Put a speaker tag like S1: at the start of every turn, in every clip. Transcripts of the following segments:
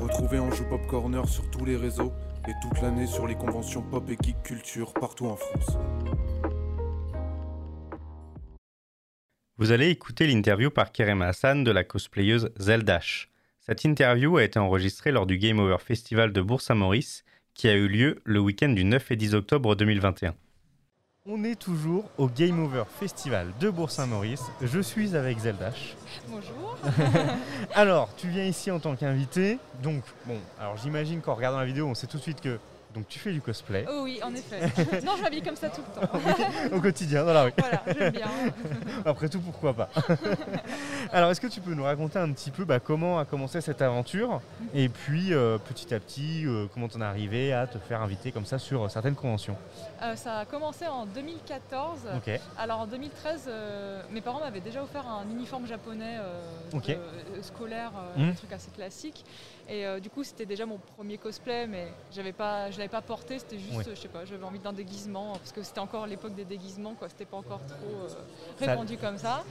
S1: Retrouvez Anjou Pop Corner sur tous les réseaux et toute l'année sur les conventions pop et geek culture partout en France.
S2: Vous allez écouter l'interview par Kerem Hassan de la cosplayeuse Zeldash. Cette interview a été enregistrée lors du Game Over Festival de Bourg-Saint-Maurice qui a eu lieu le week-end du 9 et 10 octobre 2021. On est toujours au Game Over Festival de Bourg-Saint-Maurice. Je suis avec Zeldash.
S3: Bonjour.
S2: Alors, tu viens ici en tant qu'invité. Donc, bon, alors j'imagine qu'en regardant la vidéo, on sait tout de suite que donc tu fais du cosplay
S3: Oh oui, en effet. non, je m'habille comme ça tout le temps.
S2: au quotidien dans la rue.
S3: voilà, j'aime bien.
S2: Après tout, pourquoi pas Alors, est-ce que tu peux nous raconter un petit peu bah, comment a commencé cette aventure et puis euh, petit à petit euh, comment t'en es arrivé à te faire inviter comme ça sur euh, certaines conventions
S3: Euh, ça a commencé en 2014.
S2: Ok.
S3: Alors en 2013, euh, mes parents m'avaient déjà offert un uniforme japonais euh,
S2: Ok.
S3: de- euh, scolaire, euh,
S2: Mhm.
S3: un truc assez classique. Et euh, du coup, c'était déjà mon premier cosplay, mais j'avais pas, je l'avais pas porté. C'était juste,
S2: Ouais.
S3: euh, je sais pas, j'avais envie d'un déguisement parce que c'était encore l'époque des déguisements, quoi. C'était pas encore trop euh,
S2: Ça-
S3: répandu comme ça.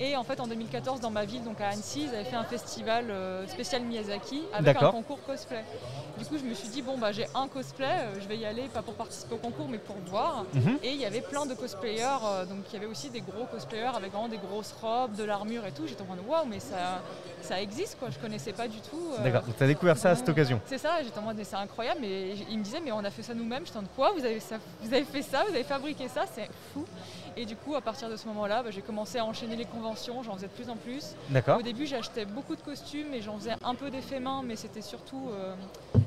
S3: Et en fait, en 2014, dans ma ville, donc à Annecy, ils avaient fait un festival euh, spécial Miyazaki avec un
S2: D'accord.
S3: concours cosplay. Du coup, je me suis dit bon bah j'ai un cosplay, euh, je vais y aller pas pour participer au concours, mais pour voir.
S2: Mhm.
S3: Et il y avait plein de cosplayers, euh, donc il y avait aussi des gros cosplayers avec vraiment des grosses robes, de l'armure et tout. J'étais en mode waouh, mais ça, ça existe quoi, je connaissais pas du tout. euh,
S2: D'accord, donc tu as découvert ça à cette occasion.
S3: C'est ça, j'étais en mode mais c'est incroyable, mais j- ils me disaient mais on a fait ça nous-mêmes, j'étais en mode quoi, vous avez, ça, vous avez fait ça, vous avez fabriqué ça, c'est fou. Et du coup à partir de ce moment-là, bah, j'ai commencé à enchaîner les conventions, j'en faisais de plus en plus.
S2: D'accord
S3: Au début, j'achetais beaucoup de costumes et j'en faisais un peu des faits main, mais c'était surtout. euh,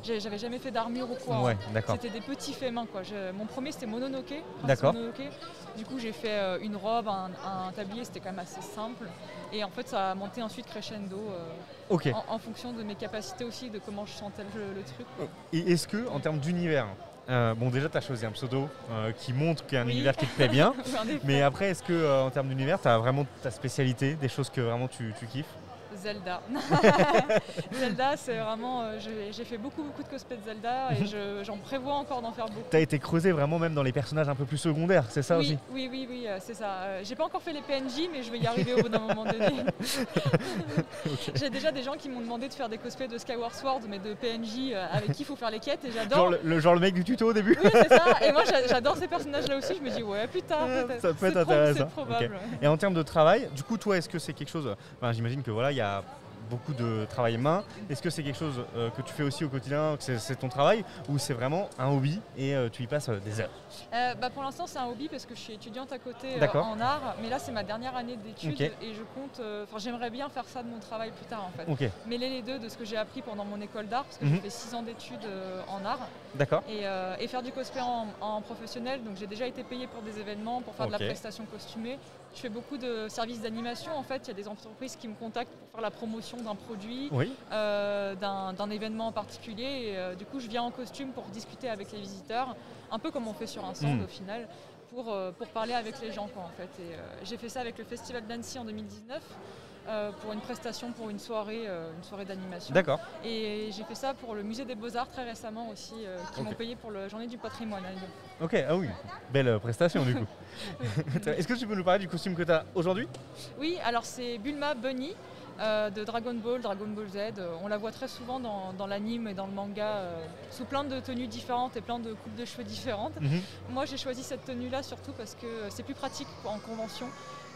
S3: j'ai- J'avais jamais fait d'armure ou quoi.
S2: Ouais,
S3: hein.
S2: d'accord.
S3: C'était des petits faits main quoi. Je- mon premier c'était mononoke. prince
S2: D'accord.
S3: mononoke. Du coup j'ai fait euh, une robe, un, un tablier, c'était quand même assez simple. Et en fait ça a monté ensuite crescendo euh,
S2: Ok.
S3: en, en fonction de mes capacités aussi, de comment je sentais le, le truc.
S2: Et est-ce que, en termes d'univers, euh, bon, déjà, tu as choisi un pseudo euh, qui montre qu'il y a un
S3: Oui.
S2: univers qui te plaît bien.
S3: En effet,
S2: Mais après, est-ce que, euh, en termes d'univers, tu as vraiment ta spécialité, des choses que vraiment tu, tu kiffes
S3: Zelda. Zelda c'est vraiment. euh, j'ai j'ai fait beaucoup beaucoup de cosplay de Zelda et je- j'en prévois encore d'en faire beaucoup.
S2: Tu as été creusé vraiment même dans les personnages un peu plus secondaires, c'est ça
S3: oui,
S2: aussi
S3: Oui, oui, oui, euh, c'est ça. Euh, J'ai pas encore fait les PNJ, mais je vais y arriver au bout d'un moment donné. J'ai déjà des gens qui m'ont demandé de faire des cosplays de Skyward Sword, mais de PNJ euh, avec qui il faut faire les quêtes, et
S2: Genre
S3: j'adore.
S2: le, le- genre le mec du tuto au début
S3: Oui, c'est ça. Et moi, j'a- j'adore ces personnages-là aussi. Je me dis, ouais, plus tard,
S2: Ouais,
S3: peut-être.
S2: ça peut être
S3: C'est pro-
S2: intéressant.
S3: C'est probable.
S2: Et en termes de travail, du coup, toi, est-ce que c'est quelque chose. enfin, J'imagine que voilà, il y a beaucoup de travail main. Est-ce que c'est quelque chose euh, que tu fais aussi au quotidien, que c'est- c'est ton travail, ou c'est vraiment un hobby et euh, tu y passes euh, des heures
S3: Euh, bah, pour l'instant, c'est un hobby parce que je suis étudiante à côté euh,
S2: D'accord.
S3: en art, mais là, c'est ma dernière année d'études
S2: Ok.
S3: et je compte. euh, Enfin, j'aimerais bien faire ça de mon travail plus tard, en fait.
S2: Ok,
S3: Mêler les deux de ce que j'ai appris pendant mon école d'art, parce que
S2: Mhm.
S3: j'ai fait six ans d'études euh, en art.
S2: d'accord.
S3: et, euh, et faire du cosplay en, en professionnel. Donc j'ai déjà été payée pour des événements, pour faire de
S2: Ok.
S3: la prestation costumée. Je fais beaucoup de services d'animation en fait. Il y a des entreprises qui me contactent pour faire la promotion d'un produit,
S2: Oui,
S3: euh, d'un d'un événement en particulier. Et, euh, du coup, je viens en costume pour discuter avec les visiteurs, un peu comme on fait sur un stand
S2: Mm.
S3: au final. Pour, euh, pour parler avec les gens quoi, en fait. Et, euh, j'ai fait ça avec le Festival d'Annecy en 2019 euh, pour une prestation pour une soirée, euh, une soirée d'animation.
S2: d'accord.
S3: Et j'ai fait ça pour le musée des Beaux-Arts très récemment aussi, euh, qui
S2: Ok.
S3: m'ont payé pour la journée du patrimoine. à Lyon.
S2: Ok, ah oui, belle euh, prestation du coup. Est-ce que tu peux nous parler du costume que tu as aujourd'hui
S3: Oui, alors c'est Bulma Bunny euh, de Dragon Ball, Dragon Ball Z. Euh, on la voit très souvent dans, dans l'anime et dans le manga, euh, sous plein de tenues différentes et plein de coupes de cheveux différentes.
S2: Mhm.
S3: Moi j'ai choisi cette tenue-là surtout parce que c'est plus pratique en convention.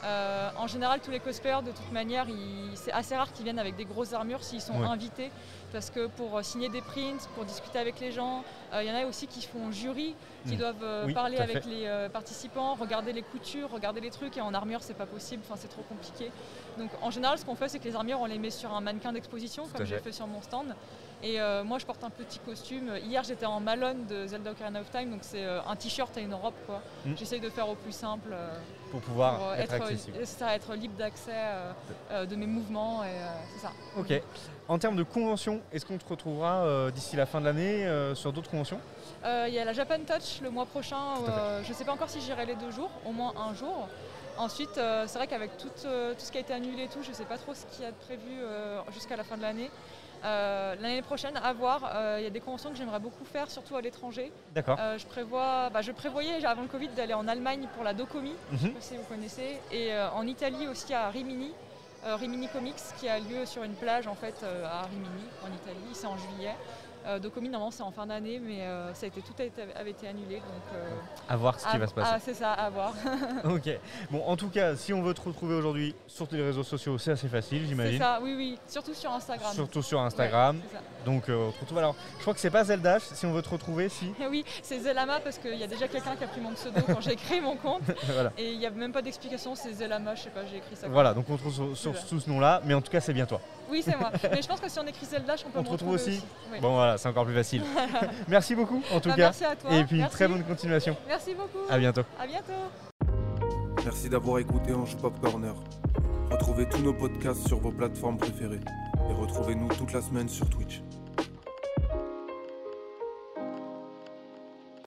S3: Euh, en général, tous les cosplayers, de toute manière, ils- c'est assez rare qu'ils viennent avec des grosses armures s'ils sont
S2: Ouais.
S3: invités, parce que pour euh, signer des prints, pour discuter avec les gens, euh, il y en a aussi qui font jury, qui
S2: Mm.
S3: doivent euh,
S2: Oui,
S3: parler
S2: tout à
S3: avec les euh, participants, regarder les coutures, regarder les trucs, et en armure, c'est pas possible, enfin c'est trop compliqué. Donc en général, ce qu'on fait, c'est que les armures, on les met sur un mannequin d'exposition,
S2: à
S3: comme j'ai
S2: fait.
S3: fait sur mon stand. Et euh, moi, je porte un petit costume. Hier, j'étais en Malone de Zelda Ocarina of Time, donc c'est euh, un t-shirt et une robe, quoi.
S2: Mm.
S3: J'essaye de faire au plus simple. euh,
S2: Pour
S3: pour
S2: pouvoir
S3: euh,
S2: être,
S3: être,
S2: accessible.
S3: c'est ça, être libre d'accès euh, euh, de mes mouvements et euh, c'est ça.
S2: Ok. En termes de convention, est-ce qu'on te retrouvera euh, d'ici la fin de l'année euh, sur d'autres conventions
S3: Euh, Il y a la Japan Touch le mois prochain.
S2: Tout à fait.
S3: euh, je ne sais pas encore si j'irai les deux jours, au moins un jour. Ensuite, euh, c'est vrai qu'avec tout, euh, tout ce qui a été annulé et tout, je ne sais pas trop ce qu'il y a de prévu euh, jusqu'à la fin de l'année. Euh, l'année prochaine, à voir. euh, Il y a des conventions que j'aimerais beaucoup faire, surtout à l'étranger.
S2: D'accord.
S3: Euh, je, prévois, bah, je prévoyais avant le Covid d'aller en Allemagne pour la Docomi,
S2: Mhm.
S3: je sais pas si vous connaissez, et euh, en Italie aussi à Rimini. euh, Rimini Comics qui a lieu sur une plage en fait euh, à Rimini en Italie, c'est en juillet. Euh, Docomi normalement c'est en fin d'année mais euh, ça a été, tout a été- avait été annulé donc euh,
S4: À voir ce qui
S3: à-
S4: va se
S3: ah,
S4: passer.
S3: c'est ça, à voir.
S4: Ok. Bon, en tout cas, si on veut te retrouver aujourd'hui sur les réseaux sociaux, c'est assez facile,
S3: c'est
S4: j'imagine.
S3: ça, oui oui, surtout sur Instagram.
S4: Surtout sur Instagram.
S3: Ouais, c'est ça.
S4: Donc, euh, on te retrouve. Alors, je crois que c'est pas Zeldash. Si on veut te retrouver, si.
S3: Eh Oui, c'est Zelama parce qu'il y a déjà quelqu'un qui a pris mon pseudo quand j'ai créé mon compte
S4: voilà.
S3: et il n'y a même pas d'explication, c'est Zelama, je sais pas, j'ai écrit ça. comme
S4: Voilà, donc on te retrouve sur, sur,
S3: Super.
S4: sous ce nom-là, mais en tout cas, c'est bien toi.
S3: Oui, c'est moi. Mais je pense que si on écrit Zelda, on peut
S4: On
S3: me
S4: te retrouve
S3: retrouver
S4: aussi
S3: Oui.
S4: Bon, voilà, c'est encore plus facile. merci beaucoup, en tout
S3: Bah,
S4: cas.
S3: merci à toi.
S4: Et puis,
S3: merci.
S4: très bonne continuation.
S3: Merci beaucoup.
S4: À bientôt.
S3: À bientôt.
S1: Merci d'avoir écouté Ange Pop Corner. Retrouvez tous nos podcasts sur vos plateformes préférées et retrouvez-nous toute la semaine sur Twitch.